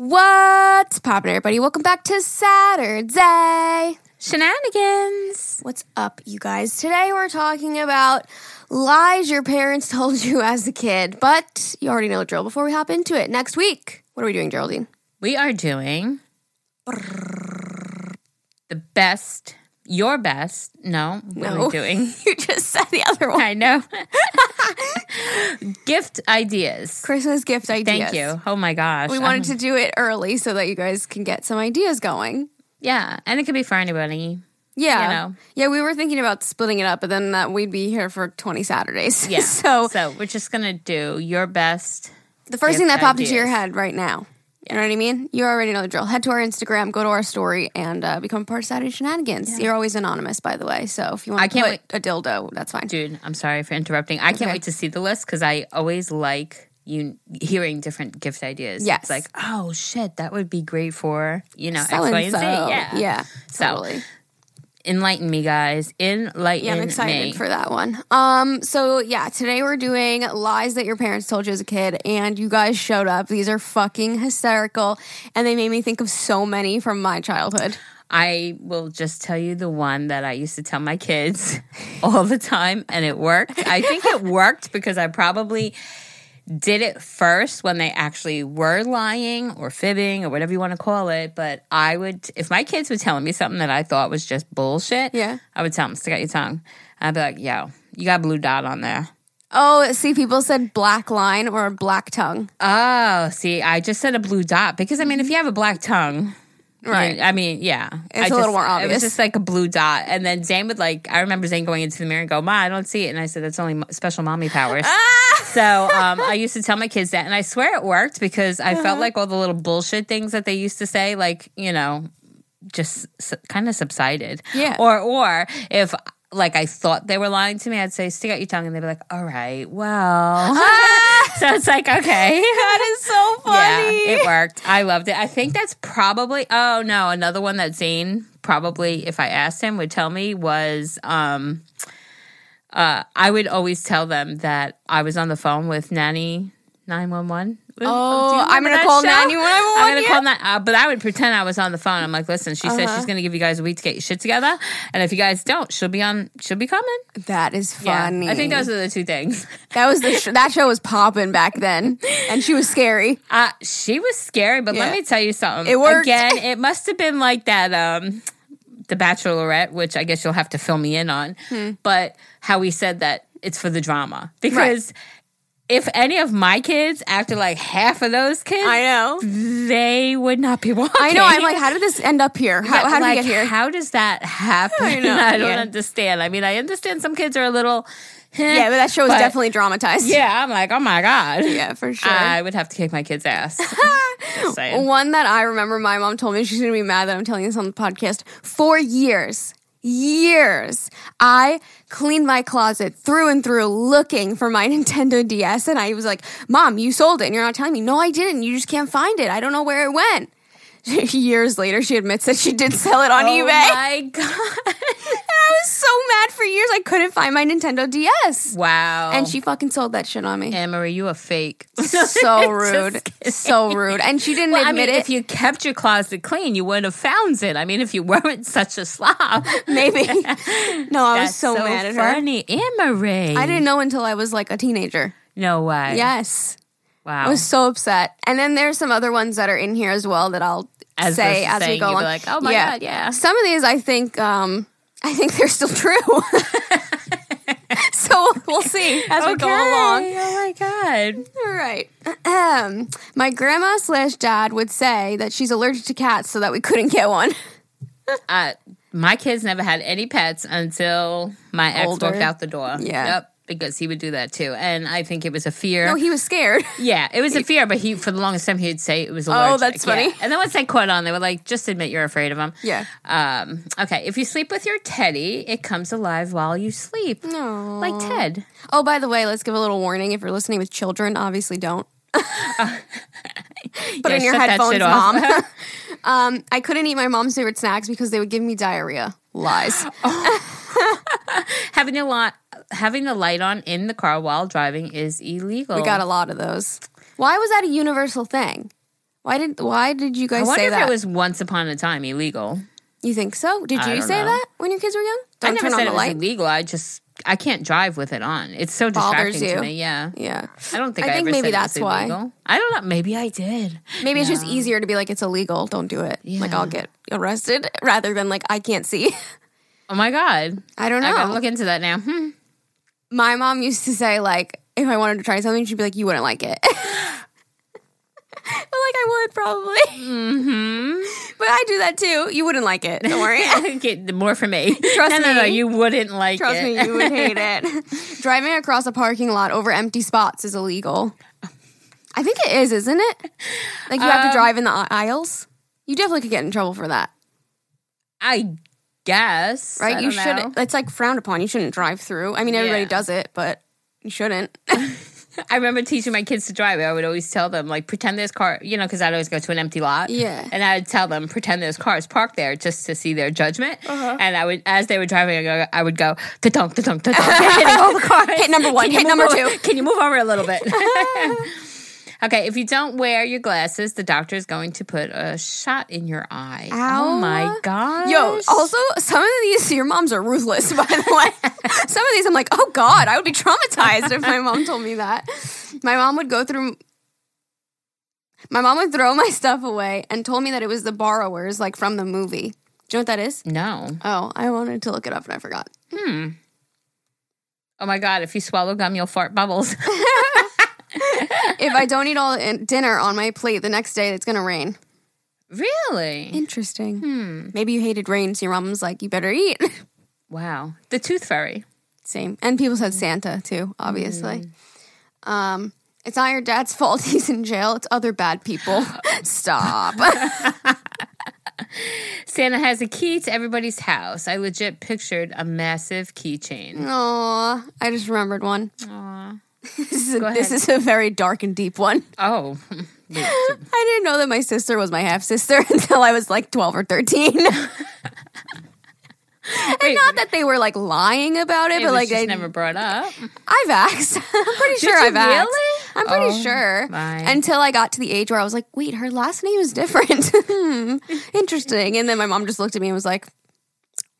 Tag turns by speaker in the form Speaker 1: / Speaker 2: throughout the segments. Speaker 1: What's poppin', everybody? Welcome back to Saturday Shenanigans. What's up, you guys? Today we're talking about lies your parents told you as a kid, but you already know the drill before we hop into it. Next week, what are we doing, Geraldine?
Speaker 2: We are doing the best, your best. No, what are
Speaker 1: No.
Speaker 2: we doing?
Speaker 1: You just said the other one.
Speaker 2: I know. Gift ideas.
Speaker 1: Christmas gift ideas.
Speaker 2: Thank you. Oh my gosh.
Speaker 1: We wanted to do it early so that you guys can get some ideas going.
Speaker 2: Um, Yeah, and it could be for anybody.
Speaker 1: Yeah.
Speaker 2: You know.
Speaker 1: Yeah, we were thinking about splitting it up, but then uh, we'd be here for 20 Saturdays.
Speaker 2: Yeah.
Speaker 1: so
Speaker 2: so we're just gonna do your best.
Speaker 1: The first thing that
Speaker 2: Gift
Speaker 1: popped into your
Speaker 2: ideas.
Speaker 1: head right now. You know what I mean? You already know the drill. Head to our Instagram, go to our story, and uh, become part of Saturday Shenanigans. You're always anonymous, by the way. So if you want
Speaker 2: I
Speaker 1: to put
Speaker 2: can't wait-
Speaker 1: a dildo, that's fine.
Speaker 2: Dude, I'm sorry for interrupting. I can't
Speaker 1: Okay.
Speaker 2: wait to see the list because I always like you hearing different gift ideas.
Speaker 1: Yes.
Speaker 2: It's like, oh shit, that would be great for, you know, X,
Speaker 1: So
Speaker 2: Y,
Speaker 1: and
Speaker 2: and
Speaker 1: so.
Speaker 2: Z.
Speaker 1: Yeah.
Speaker 2: Yeah. So-
Speaker 1: Totally.
Speaker 2: Enlighten me, guys. Enlighten
Speaker 1: Yeah, I'm excited
Speaker 2: me.
Speaker 1: for that one. Um, so yeah, today we're doing lies that your parents told you as a kid, and you guys showed up. These are fucking hysterical, and they made me think of so many from my childhood.
Speaker 2: I will just tell you the one that I used to tell my kids all the time, and it worked. I think it worked because I probably did it first when they actually were lying or fibbing or whatever you want to call it. But I would, if my kids were telling me something that I thought was just bullshit,
Speaker 1: Yeah.
Speaker 2: I would tell them, stick out your tongue. I'd be like, yo, you got a blue dot on there.
Speaker 1: Oh, see, people said black line or black tongue.
Speaker 2: Oh, see, I just said a blue dot because I mean, if you have a black tongue, you-
Speaker 1: Mm-hmm. Right.
Speaker 2: I mean, yeah,
Speaker 1: It's
Speaker 2: I
Speaker 1: a little more
Speaker 2: It
Speaker 1: obvious.
Speaker 2: was just like a blue dot, and then Zane would like. I remember Zane going into the mirror and go, "Ma, I don't see it," and I said, "That's only mo- special mommy powers." so um, I used to tell my kids that, and I swear it worked because I
Speaker 1: Uh-huh.
Speaker 2: felt like all the little bullshit things that they used to say, like you know, just s kind of subsided.
Speaker 1: Yeah.
Speaker 2: Or or if like I thought they were lying to me, I'd say, "Stick out your tongue," and they'd be like, "All right, well." so it's like okay.
Speaker 1: That is so
Speaker 2: Yeah, it worked. I loved it. I think that's probably oh no, another one that Zane probably if I asked him would tell me was um uh I would always tell them that I was on the phone with Nanny 911. Ooh, do you
Speaker 1: Oh,
Speaker 2: remember
Speaker 1: I'm gonna
Speaker 2: that
Speaker 1: call
Speaker 2: show?
Speaker 1: Nanny when I'm
Speaker 2: I'm gonna call that, uh, but I would pretend I was on the phone. I'm like, listen, she says
Speaker 1: Uh-huh.
Speaker 2: she's gonna give you guys a week to get your shit together, and if you guys don't, she'll be on. She'll be coming.
Speaker 1: That is funny.
Speaker 2: I think those are the two things.
Speaker 1: that was the sh- that show was popping back then, and she was scary.
Speaker 2: Uh, she was scary, but
Speaker 1: Yeah.
Speaker 2: let me tell you something.
Speaker 1: It worked.
Speaker 2: Again, it must have been like that um The Bachelorette, which I guess you'll have to fill me in on.
Speaker 1: Hmm.
Speaker 2: But how we said that it's for the drama. Because if any of my kids acted like half of those kids,
Speaker 1: know.
Speaker 2: they would not be watching.
Speaker 1: I know. I'm like, how did this end up here? How, how did
Speaker 2: like,
Speaker 1: we get here?
Speaker 2: How does that happen? I,
Speaker 1: know,
Speaker 2: don't
Speaker 1: yeah.
Speaker 2: understand. I mean, I understand some kids are a little eh,
Speaker 1: Yeah, but that show was
Speaker 2: but-
Speaker 1: definitely dramatized.
Speaker 2: Yeah, I'm like, oh my God.
Speaker 1: yeah, for sure.
Speaker 2: I would have to kick my kid's ass. Just saying.
Speaker 1: One that I remember my mom told me she's gonna be mad that I'm telling this on the podcast. For years, years, I cleaned my closet through and through looking for my Nintendo DS. And I was like, Mom, you sold it and you're not telling me. No, I didn't. You just can't find it. I don't know where it went. years later, she admits that she did sell it on
Speaker 2: Oh
Speaker 1: eBay.
Speaker 2: my god!
Speaker 1: I was so mad for years. I couldn't find my Nintendo DS.
Speaker 2: Wow.
Speaker 1: And she fucking sold that shit on me.
Speaker 2: Anne Marie, you a fake.
Speaker 1: So rude. So rude. And she didn't
Speaker 2: Well, I
Speaker 1: admit
Speaker 2: mean,
Speaker 1: it.
Speaker 2: if you kept your closet clean, you would have found it. I mean, if you weren't such a slob,
Speaker 1: Maybe. No, I was
Speaker 2: That's
Speaker 1: so, mad at her.
Speaker 2: funny. Anne Marie,
Speaker 1: I didn't know until I was like a teenager.
Speaker 2: No way.
Speaker 1: Yes.
Speaker 2: Wow.
Speaker 1: I was so upset. And then there's some other ones that are in here as well that I'll
Speaker 2: As
Speaker 1: say
Speaker 2: versus
Speaker 1: as we
Speaker 2: saying,
Speaker 1: go
Speaker 2: you'd
Speaker 1: along.
Speaker 2: be like, "Oh my God, yeah."
Speaker 1: Some of these I think um I think they're still true. so we'll see as we go along.
Speaker 2: Oh my god.
Speaker 1: All right. Ahem. My grandma slash dad would say that she's allergic to cats, so that we couldn't get one.
Speaker 2: Uh, my kids never had any pets until my ex
Speaker 1: Older.
Speaker 2: walked out the door.
Speaker 1: Yeah.
Speaker 2: Yep. because he would do that too. And I think it was a fear.
Speaker 1: No, he was scared.
Speaker 2: yeah, it was a fear, but he for the longest time he'd say it was allergic.
Speaker 1: Oh, that's
Speaker 2: Yeah.
Speaker 1: funny.
Speaker 2: And then once they caught on, they were like, just admit you're afraid of him.
Speaker 1: Yeah.
Speaker 2: Um, okay. If you sleep with your teddy, it comes alive while you sleep. No. Like Ted.
Speaker 1: Oh, by the way, let's give a little warning. If you're listening with children, obviously don't. Put
Speaker 2: Yeah,
Speaker 1: in your
Speaker 2: shut that
Speaker 1: headphones,
Speaker 2: shit off.
Speaker 1: mom. um, I couldn't eat my mom's favorite snacks because they would give me diarrhea. Lies.
Speaker 2: Having a lot having the light on in the car while driving is illegal.
Speaker 1: We got a lot of those. Why was that a universal thing? Why did Why did you
Speaker 2: I
Speaker 1: guys
Speaker 2: wonder
Speaker 1: say
Speaker 2: if
Speaker 1: that?
Speaker 2: it was once upon a time illegal.
Speaker 1: you think so? Did
Speaker 2: I
Speaker 1: you
Speaker 2: don't
Speaker 1: say
Speaker 2: know.
Speaker 1: that when your kids were young? Don't
Speaker 2: I never
Speaker 1: turn on
Speaker 2: said
Speaker 1: the
Speaker 2: it was
Speaker 1: light.
Speaker 2: illegal. I just I can't drive with it on. It's so
Speaker 1: Bothers
Speaker 2: distracting
Speaker 1: you.
Speaker 2: to me. Yeah.
Speaker 1: Yeah,
Speaker 2: I don't think I,
Speaker 1: I think
Speaker 2: ever
Speaker 1: maybe
Speaker 2: said it was
Speaker 1: that's why.
Speaker 2: illegal. I don't know. Maybe I did.
Speaker 1: Maybe it's just easier to be like it's illegal. Don't do it. Like I'll get arrested rather than like I can't see.
Speaker 2: Oh my god.
Speaker 1: I don't
Speaker 2: I
Speaker 1: know.
Speaker 2: gotta look into that now. Hmm.
Speaker 1: my mom used to say like if I wanted to try something, she'd be like, "You wouldn't like it." but like I would probably. Mm-hmm.
Speaker 2: Mm-hmm.
Speaker 1: But I do that too. You wouldn't like it. Don't worry.
Speaker 2: Get more for me.
Speaker 1: Trust
Speaker 2: no, No, no,
Speaker 1: me.
Speaker 2: you wouldn't like
Speaker 1: Trust
Speaker 2: it.
Speaker 1: me, you would hate it. Driving across a parking lot over empty spots is illegal. I think it is, isn't it? Like you have
Speaker 2: Um,
Speaker 1: to drive in the i- aisles. You definitely could get in trouble for that,
Speaker 2: I guess.
Speaker 1: right?
Speaker 2: I
Speaker 1: you
Speaker 2: don't
Speaker 1: shouldn't.
Speaker 2: know.
Speaker 1: It's like frowned upon. You shouldn't drive through. I mean, everybody
Speaker 2: Yeah.
Speaker 1: does it, but you shouldn't.
Speaker 2: I remember teaching my kids to drive. I would always tell them, like, pretend there's car, you know, because I'd always go to an empty lot.
Speaker 1: Yeah.
Speaker 2: And I'd tell them, pretend there's cars parked there just to see their judgment.
Speaker 1: Uh-huh.
Speaker 2: And I would, as they were driving, I, go, I would go, ta dunk, ta dunk, ta dunk, hitting all the cars.
Speaker 1: Hit number one,
Speaker 2: Can you
Speaker 1: hit
Speaker 2: move
Speaker 1: Oh, number
Speaker 2: over-
Speaker 1: two.
Speaker 2: Can you move over a little bit? okay, if you don't wear your glasses, the doctor is going to put a shot in your eye. Oh
Speaker 1: Ow.
Speaker 2: my gosh.
Speaker 1: Yo, also, some of these, your moms are ruthless, by the way. some of these, I'm like, oh God, I would be traumatized if my mom told me that. My mom would go through, my mom would throw my stuff away and told me that it was the borrowers, like from the movie. Do you know what that is?
Speaker 2: No.
Speaker 1: Oh, I wanted to look it up and I forgot.
Speaker 2: Oh my God, if you swallow gum, you'll fart bubbles.
Speaker 1: If I don't eat all in- dinner on my plate the next day, it's gonna rain.
Speaker 2: really?
Speaker 1: Interesting. Hmm. Maybe you hated rain, so your mom's like, you better eat.
Speaker 2: Wow. The tooth fairy.
Speaker 1: Same. And people said
Speaker 2: Mm.
Speaker 1: Santa too, obviously. Um, it's not your dad's fault he's in jail. It's other bad people. Stop.
Speaker 2: Santa has a key to everybody's house. I legit pictured a massive keychain.
Speaker 1: Aw, I just remembered one.
Speaker 2: Aw.
Speaker 1: This is, a, this is a very dark and deep one.
Speaker 2: Oh,
Speaker 1: I didn't know that my sister was my half sister until I was like 12 or 13. and
Speaker 2: wait.
Speaker 1: not that they were like lying about it,
Speaker 2: it
Speaker 1: but
Speaker 2: was
Speaker 1: like
Speaker 2: just
Speaker 1: I,
Speaker 2: never brought up.
Speaker 1: I've asked. I'm pretty sure
Speaker 2: you
Speaker 1: I've asked.
Speaker 2: really?
Speaker 1: I'm pretty
Speaker 2: Oh,
Speaker 1: sure.
Speaker 2: my.
Speaker 1: Until I got to the age where I was like, wait, her last name is different. Hmm, Interesting. And then my mom just looked at me and was like,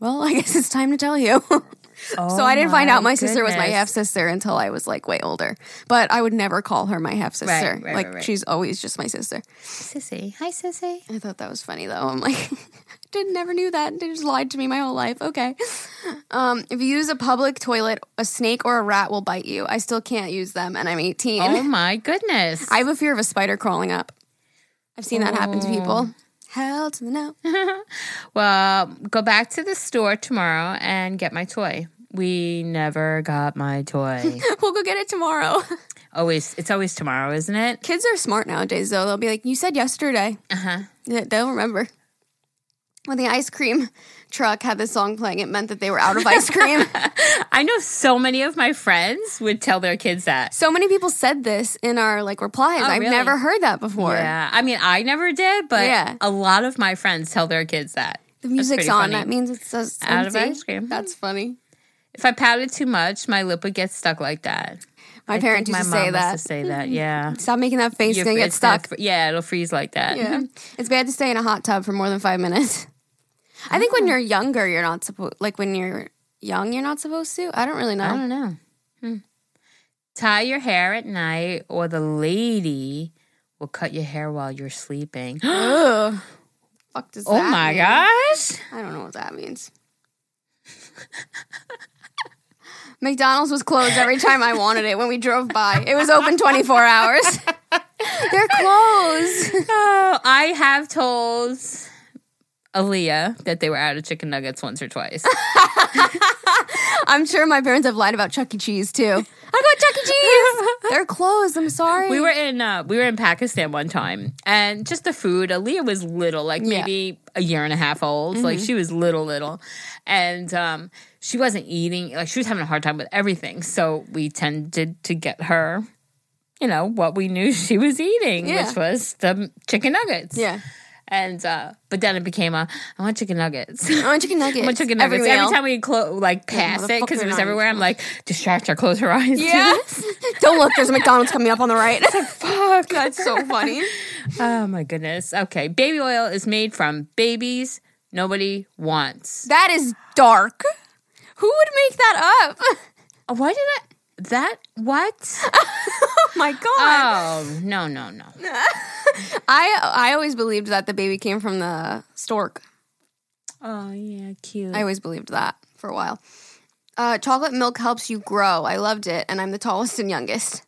Speaker 1: well, I guess it's time to tell you. so I didn't find out my sister was my
Speaker 2: Oh goodness.
Speaker 1: half sister until I was like way older. But I would never call her my half sister.
Speaker 2: Right, right,
Speaker 1: like
Speaker 2: right, right.
Speaker 1: she's always just my sister.
Speaker 2: Sissy. Hi, Sissy.
Speaker 1: I thought that was funny though. I'm like, did never knew that. They just lied to me my whole life. Okay. Um, if you use a public toilet, a snake or a rat will bite you. I still can't use them, and I'm 18.
Speaker 2: Oh my goodness.
Speaker 1: I have a fear of a spider crawling up. I've seen that happen to people. Hell to the no.
Speaker 2: well, go back to the store tomorrow and get my toy. We never got my toy.
Speaker 1: we'll go get it tomorrow.
Speaker 2: always, it's always tomorrow, isn't it?
Speaker 1: Kids are smart nowadays, though. They'll be like, "You said yesterday." Uh huh. They'll remember. When the ice cream truck had this song playing, it meant that they were out of ice cream.
Speaker 2: I know so many of my friends would tell their kids that.
Speaker 1: so many people said this in our like replies. I've
Speaker 2: Oh, really?
Speaker 1: never heard that before.
Speaker 2: Yeah, I mean, I never did, but
Speaker 1: Yeah.
Speaker 2: a lot of my friends tell their kids that.
Speaker 1: The
Speaker 2: That's
Speaker 1: music's
Speaker 2: pretty
Speaker 1: on.
Speaker 2: funny.
Speaker 1: That means it's says
Speaker 2: Out of
Speaker 1: empty.
Speaker 2: ice cream.
Speaker 1: That's funny.
Speaker 2: If I pouted too much, my lip would get stuck like that.
Speaker 1: My parents used
Speaker 2: my
Speaker 1: to
Speaker 2: mom
Speaker 1: say
Speaker 2: used
Speaker 1: that.
Speaker 2: to say that. Yeah,
Speaker 1: Stop making that face. It's
Speaker 2: Your-
Speaker 1: gonna get
Speaker 2: it's gonna
Speaker 1: stuck.
Speaker 2: fr- yeah, it'll freeze like that. Mm-hmm.
Speaker 1: yeah, it's bad to stay in a hot tub for more than five minutes. I think
Speaker 2: Oh.
Speaker 1: when you're younger, you're not supposed. Like when you're young, you're not supposed to. I don't really know.
Speaker 2: I don't know. Hmm. Tie your hair at night, or the lady will cut your hair while you're sleeping. oh
Speaker 1: Ugh. Fuck does that
Speaker 2: my
Speaker 1: mean?
Speaker 2: gosh!
Speaker 1: I don't know what that means. McDonald's was closed every time I wanted it when we drove by. It was open 24 hours. They're closed.
Speaker 2: Oh, I have told Aaliyah that they were out of chicken nuggets once or twice.
Speaker 1: I'm sure my parents have lied about Chuck E. Cheese too. I go to Chuck E. Cheese. They're closed. I'm sorry.
Speaker 2: we were in uh, we were in Pakistan one time, and just the food. Aaliyah was little, like
Speaker 1: Yeah. Mm-hmm.
Speaker 2: maybe a year and a half old. Like she was little, little, and um, she wasn't eating. Like she was having a hard time with everything. So we tended to get her, you know, what we knew she was eating,
Speaker 1: Yeah.
Speaker 2: which was the chicken nuggets.
Speaker 1: yeah.
Speaker 2: And uh, but then it became a I want chicken nuggets.
Speaker 1: I want chicken nuggets.
Speaker 2: My chicken nuggets.
Speaker 1: Every
Speaker 2: Every,
Speaker 1: meal.
Speaker 2: time we clo- like pass it
Speaker 1: motherfucking
Speaker 2: because it
Speaker 1: eyes.
Speaker 2: was everywhere, I'm like, distract her, close her eyes.
Speaker 1: Yes. Don't look. There's a McDonald's coming up on the right. Fuck. That's so funny.
Speaker 2: oh my goodness. Okay, baby oil is made from babies nobody wants.
Speaker 1: That is dark. Who would make that up?
Speaker 2: Uh, Why did I? That what?
Speaker 1: Oh my god.
Speaker 2: Oh no no no.
Speaker 1: I I always believed that the baby came from the stork.
Speaker 2: Oh yeah, cute.
Speaker 1: I always believed that for a while. Uh, chocolate milk helps you grow. I loved it, and I'm the tallest and youngest.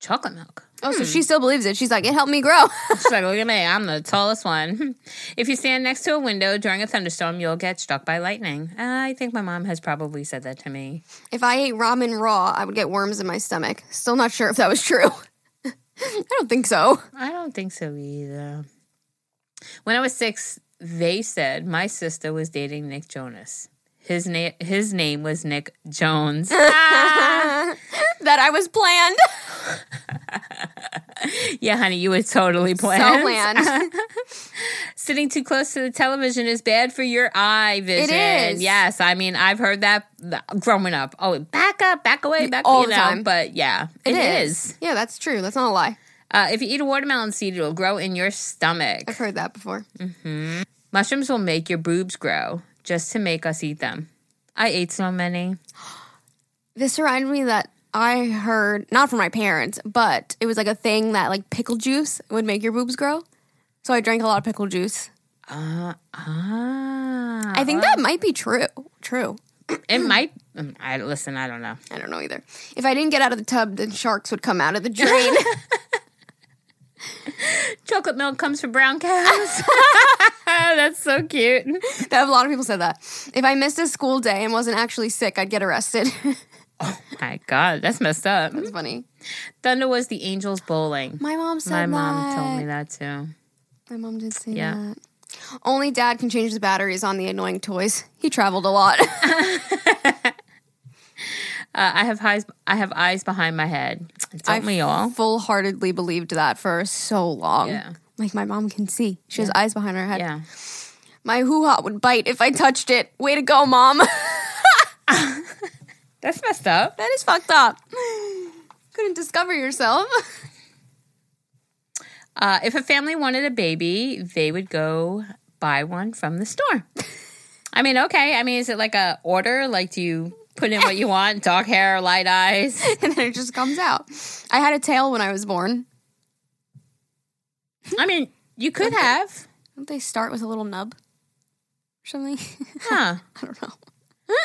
Speaker 2: Chocolate milk.
Speaker 1: Oh, so she still believes it. She's like, it helped me grow.
Speaker 2: She's like, look at me, I'm the tallest one. If you stand next to a window during a thunderstorm, you'll get struck by lightning. Uh, I think my mom has probably said that to me.
Speaker 1: if I ate ramen raw, I would get worms in my stomach. Still not sure if that was true. I don't think so.
Speaker 2: I don't think so either. When I was six, they said my sister was dating Nick Jonas. His name his name was Nick Jones.
Speaker 1: That I was planned.
Speaker 2: yeah, honey, you were totally planned.
Speaker 1: So planned.
Speaker 2: Sitting too close to the television is bad for your eye vision.
Speaker 1: is.
Speaker 2: Yes, I mean I've heard that th- growing up. Oh, back up, back away, back
Speaker 1: All
Speaker 2: you
Speaker 1: the
Speaker 2: know,
Speaker 1: time.
Speaker 2: But yeah, it is.
Speaker 1: Yeah, that's true. That's not a lie.
Speaker 2: Uh, if you eat a watermelon seed, it'll grow in your stomach.
Speaker 1: I've heard that before.
Speaker 2: Mushrooms will make your boobs grow just to make us eat them. I ate so many.
Speaker 1: This reminded me that I heard not from my parents, but it was like a thing that like pickle juice would make your boobs grow. So I drank a lot of pickle juice.
Speaker 2: Uh-huh. Ah,
Speaker 1: I think that might be true. True.
Speaker 2: it
Speaker 1: Hmm.
Speaker 2: might. mm, I listen. I don't know.
Speaker 1: I don't know either. If I didn't get out of the tub, then sharks would come out of the drain.
Speaker 2: Chocolate milk comes from brown cows. That's so cute.
Speaker 1: a lot of people said that. If I missed a school day and wasn't actually sick, I'd get arrested.
Speaker 2: My God, that's messed up.
Speaker 1: it's funny.
Speaker 2: Thunder was the angels bowling.
Speaker 1: My mom said that.
Speaker 2: My mom told me that too.
Speaker 1: My mom did say
Speaker 2: Yeah.
Speaker 1: that. Only dad can change the batteries on the annoying toys. He traveled a lot.
Speaker 2: Uh, I have eyes. I have eyes behind my head. Don't
Speaker 1: I
Speaker 2: we all?
Speaker 1: full heartedly believed that for so long.
Speaker 2: Yeah.
Speaker 1: Like my mom can see. She has eyes behind her head.
Speaker 2: Yeah.
Speaker 1: My hoo ha would bite if I touched it. Way to go, mom. that
Speaker 2: That's messed up.
Speaker 1: is fucked up. Couldn't discover yourself.
Speaker 2: Uh, if a family wanted a baby, they would go buy one from the store. I mean, okay. I mean, is it like a order? Like, do you put in what you want? Dark hair, light eyes.
Speaker 1: and then it just comes out. I had a tail when I was born.
Speaker 2: I mean, you could have,
Speaker 1: Don't they start with a little nub or something?
Speaker 2: huh?
Speaker 1: I don't know.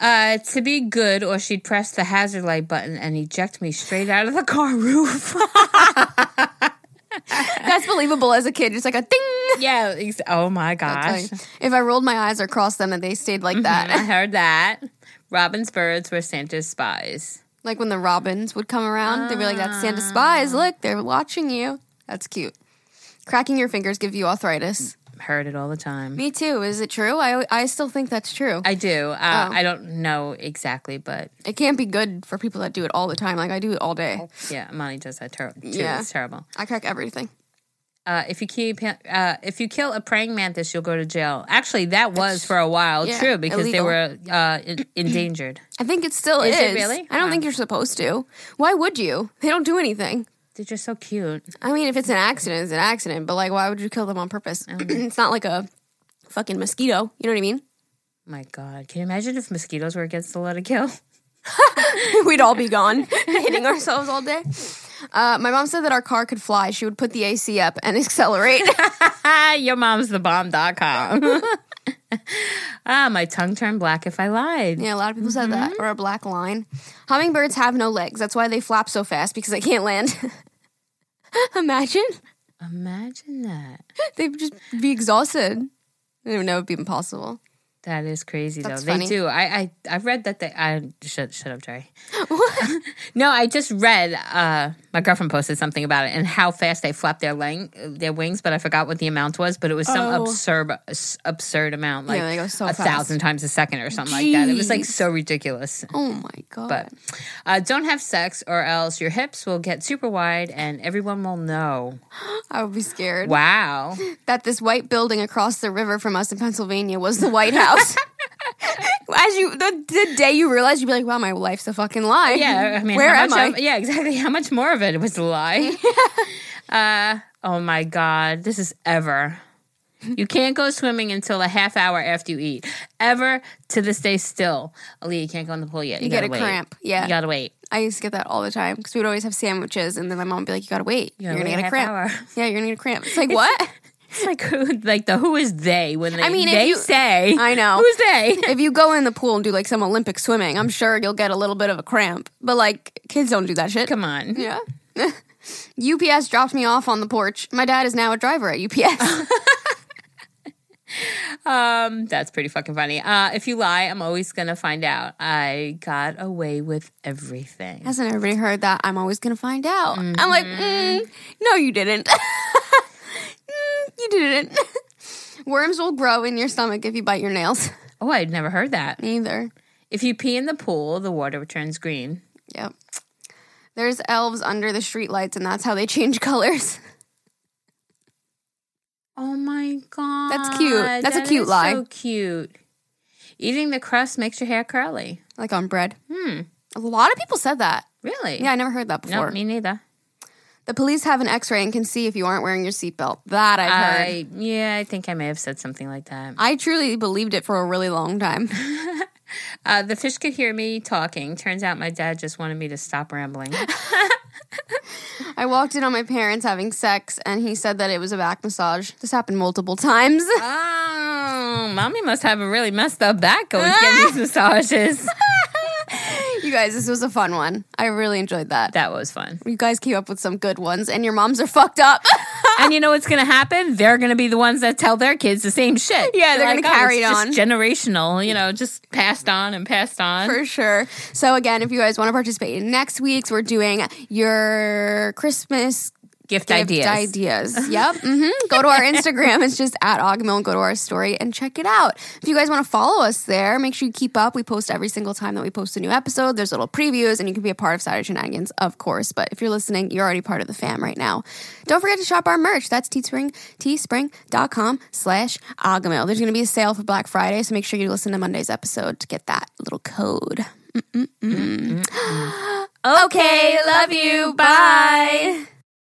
Speaker 2: Uh, to be good, or she'd press the hazard light button and eject me straight out of the car roof.
Speaker 1: That's believable as a kid. It's like a ding.
Speaker 2: yeah. ex- Oh my
Speaker 1: Like,
Speaker 2: gosh. Mm-hmm.
Speaker 1: if I rolled my eyes or crossed them, and they stayed like
Speaker 2: I
Speaker 1: that,
Speaker 2: heard that. Robin's birds were Santa's spies.
Speaker 1: like when the robins would come around, they'd be like, "That's Santa's
Speaker 2: Ah.
Speaker 1: spies. Look, they're watching you." That's cute. Cracking your fingers give you arthritis.
Speaker 2: Heard it all the time.
Speaker 1: Me too. Is it true? I I still think that's true.
Speaker 2: I do.
Speaker 1: Oh.
Speaker 2: Uh, I don't know exactly, but
Speaker 1: It can't be good for people that do it all the time. Like I do it all day.
Speaker 2: yeah, Monty does that ter- too.
Speaker 1: Yeah.
Speaker 2: It's terrible.
Speaker 1: I crack everything.
Speaker 2: Uh, if you keep, uh, if you kill a praying mantis, you'll go to jail. Actually, that was for a while
Speaker 1: yeah,
Speaker 2: true because
Speaker 1: illegal.
Speaker 2: they were uh, en- endangered.
Speaker 1: I think it still is.
Speaker 2: Is it really?
Speaker 1: I don't
Speaker 2: Wow.
Speaker 1: think you're supposed to. Why would you? They don't do anything.
Speaker 2: They're just so cute. Oh
Speaker 1: I mean, if it's an accident, it's an accident. But like, why would you kill them on purpose?
Speaker 2: Oh.
Speaker 1: it's not like a fucking mosquito. You know what I mean?
Speaker 2: My God, can you imagine if mosquitoes were against the let it kill?
Speaker 1: We'd all be gone, hitting ourselves all day. Uh, my mom said that our car could fly. She would put the AC up and accelerate.
Speaker 2: Ah, your mom's the bomb.com. ah, my tongue turned black if I lied.
Speaker 1: yeah, a lot of people said
Speaker 2: Mm-hmm.
Speaker 1: that. Or a black line. Hummingbirds have no legs. That's why they flap so fast because they can't land. Imagine.
Speaker 2: Imagine that.
Speaker 1: They'd just be exhausted. I don't know, it'd be impossible.
Speaker 2: That is crazy
Speaker 1: That's
Speaker 2: though.
Speaker 1: funny.
Speaker 2: They do. I I I read that they I shut shut up, Jerry. no, I just read uh my girlfriend posted something about it and how fast they flap their lang- their wings, but I forgot what the amount was, but it was some
Speaker 1: Oh.
Speaker 2: absurd s- absurd amount like
Speaker 1: they go so
Speaker 2: a
Speaker 1: fast.
Speaker 2: thousand times a second or something like that. It was like
Speaker 1: Jeez.
Speaker 2: so ridiculous.
Speaker 1: Oh my god.
Speaker 2: But uh, don't have sex or else your hips will get super wide and everyone will know.
Speaker 1: I would be scared
Speaker 2: Wow.
Speaker 1: that this white building across the river from us in Pennsylvania was the White House. As you the, the day you realize, you'd be like, "Wow, my life's a fucking lie."
Speaker 2: Yeah, I mean,
Speaker 1: where
Speaker 2: how
Speaker 1: am
Speaker 2: much
Speaker 1: I?
Speaker 2: of- yeah, exactly. How much more of it was a lie? uh, oh my god, this is ever. You can't go swimming until a half hour after you eat. Ever to this day, still, Aaliyah, you can't go in the pool yet. You,
Speaker 1: You get
Speaker 2: gotta
Speaker 1: a
Speaker 2: wait.
Speaker 1: cramp. Yeah.
Speaker 2: you gotta wait.
Speaker 1: I used to get that all the time because we'd always have sandwiches, and then my mom would be like, "You gotta wait. You're,
Speaker 2: gotta
Speaker 1: gonna get
Speaker 2: wait
Speaker 1: a
Speaker 2: half
Speaker 1: cramp.
Speaker 2: hour.
Speaker 1: Yeah, you're gonna get a cramp." It's like what?
Speaker 2: It's like who, like the who is they when they,
Speaker 1: I mean, if
Speaker 2: they
Speaker 1: you-
Speaker 2: say
Speaker 1: I know.
Speaker 2: who's they.
Speaker 1: if you go in the pool and do like some Olympic swimming, I'm sure you'll get a little bit of a cramp. But like, kids don't do that shit.
Speaker 2: Come on,
Speaker 1: Yeah. UPS dropped me off on the porch. My dad is now a driver at UPS.
Speaker 2: um, that's pretty fucking funny. Uh, if you lie, I'm always gonna find out. I got away with everything.
Speaker 1: Hasn't everybody heard that? I'm always going to find out. I'm like,
Speaker 2: Mm-hmm.
Speaker 1: mm, no, you didn't. Mm, you didn't. Worms will grow in your stomach if you bite your nails.
Speaker 2: Oh, I'd never heard that.
Speaker 1: Neither.
Speaker 2: If you pee in the pool, the water turns green.
Speaker 1: Yep. There's elves under the streetlights, and that's how they change colors.
Speaker 2: Oh my god,
Speaker 1: That's cute. That's a
Speaker 2: That
Speaker 1: cute
Speaker 2: is
Speaker 1: lie.
Speaker 2: So cute. Eating the crust makes your hair curly.
Speaker 1: like on bread.
Speaker 2: Hmm.
Speaker 1: A lot of people said that.
Speaker 2: Really?
Speaker 1: Yeah, I never heard that
Speaker 2: No,
Speaker 1: before.
Speaker 2: me neither.
Speaker 1: the police have an x ray and can see if you aren't wearing your seatbelt. That I've heard.
Speaker 2: I Uh, yeah, I think I may have said something like that.
Speaker 1: I truly believed it for a really long time.
Speaker 2: Uh, the fish could hear me talking. Turns out my dad just wanted me to stop rambling.
Speaker 1: I walked in on my parents having sex, and he said that it was a back massage. This happened multiple times.
Speaker 2: oh, mommy must have a really messed up back going to get these massages.
Speaker 1: you guys, this was a fun one. I really enjoyed that.
Speaker 2: That was fun.
Speaker 1: You guys came up with some good ones, and your moms are fucked up.
Speaker 2: and you know what's going to happen? They're going to be the ones that tell their kids the same shit. "Oh,
Speaker 1: Yeah, they're gonna carry
Speaker 2: it's
Speaker 1: it
Speaker 2: just generational, you know, just passed on and passed on.
Speaker 1: for sure. So, again, if you guys want to participate in next week's, we're doing your Christmas
Speaker 2: gift,
Speaker 1: gift
Speaker 2: ideas.
Speaker 1: ideas. Yep. hmm Go to our Instagram. It's just at Ogmill. and Go to our story and check it out. If you guys want to follow us there, make sure you keep up. We post every single time that we post a new episode. There's little previews, and you can be a part of Saturday Shenanigans, of course. But if you're listening, you're already part of the fam right now. Don't forget to shop our merch. That's teespring, teespring.com slash Ogmill. There's going to be a sale for Black Friday, so make sure you listen to Monday's episode to get that little code. Mm-mm-mm. Okay, love you. Bye.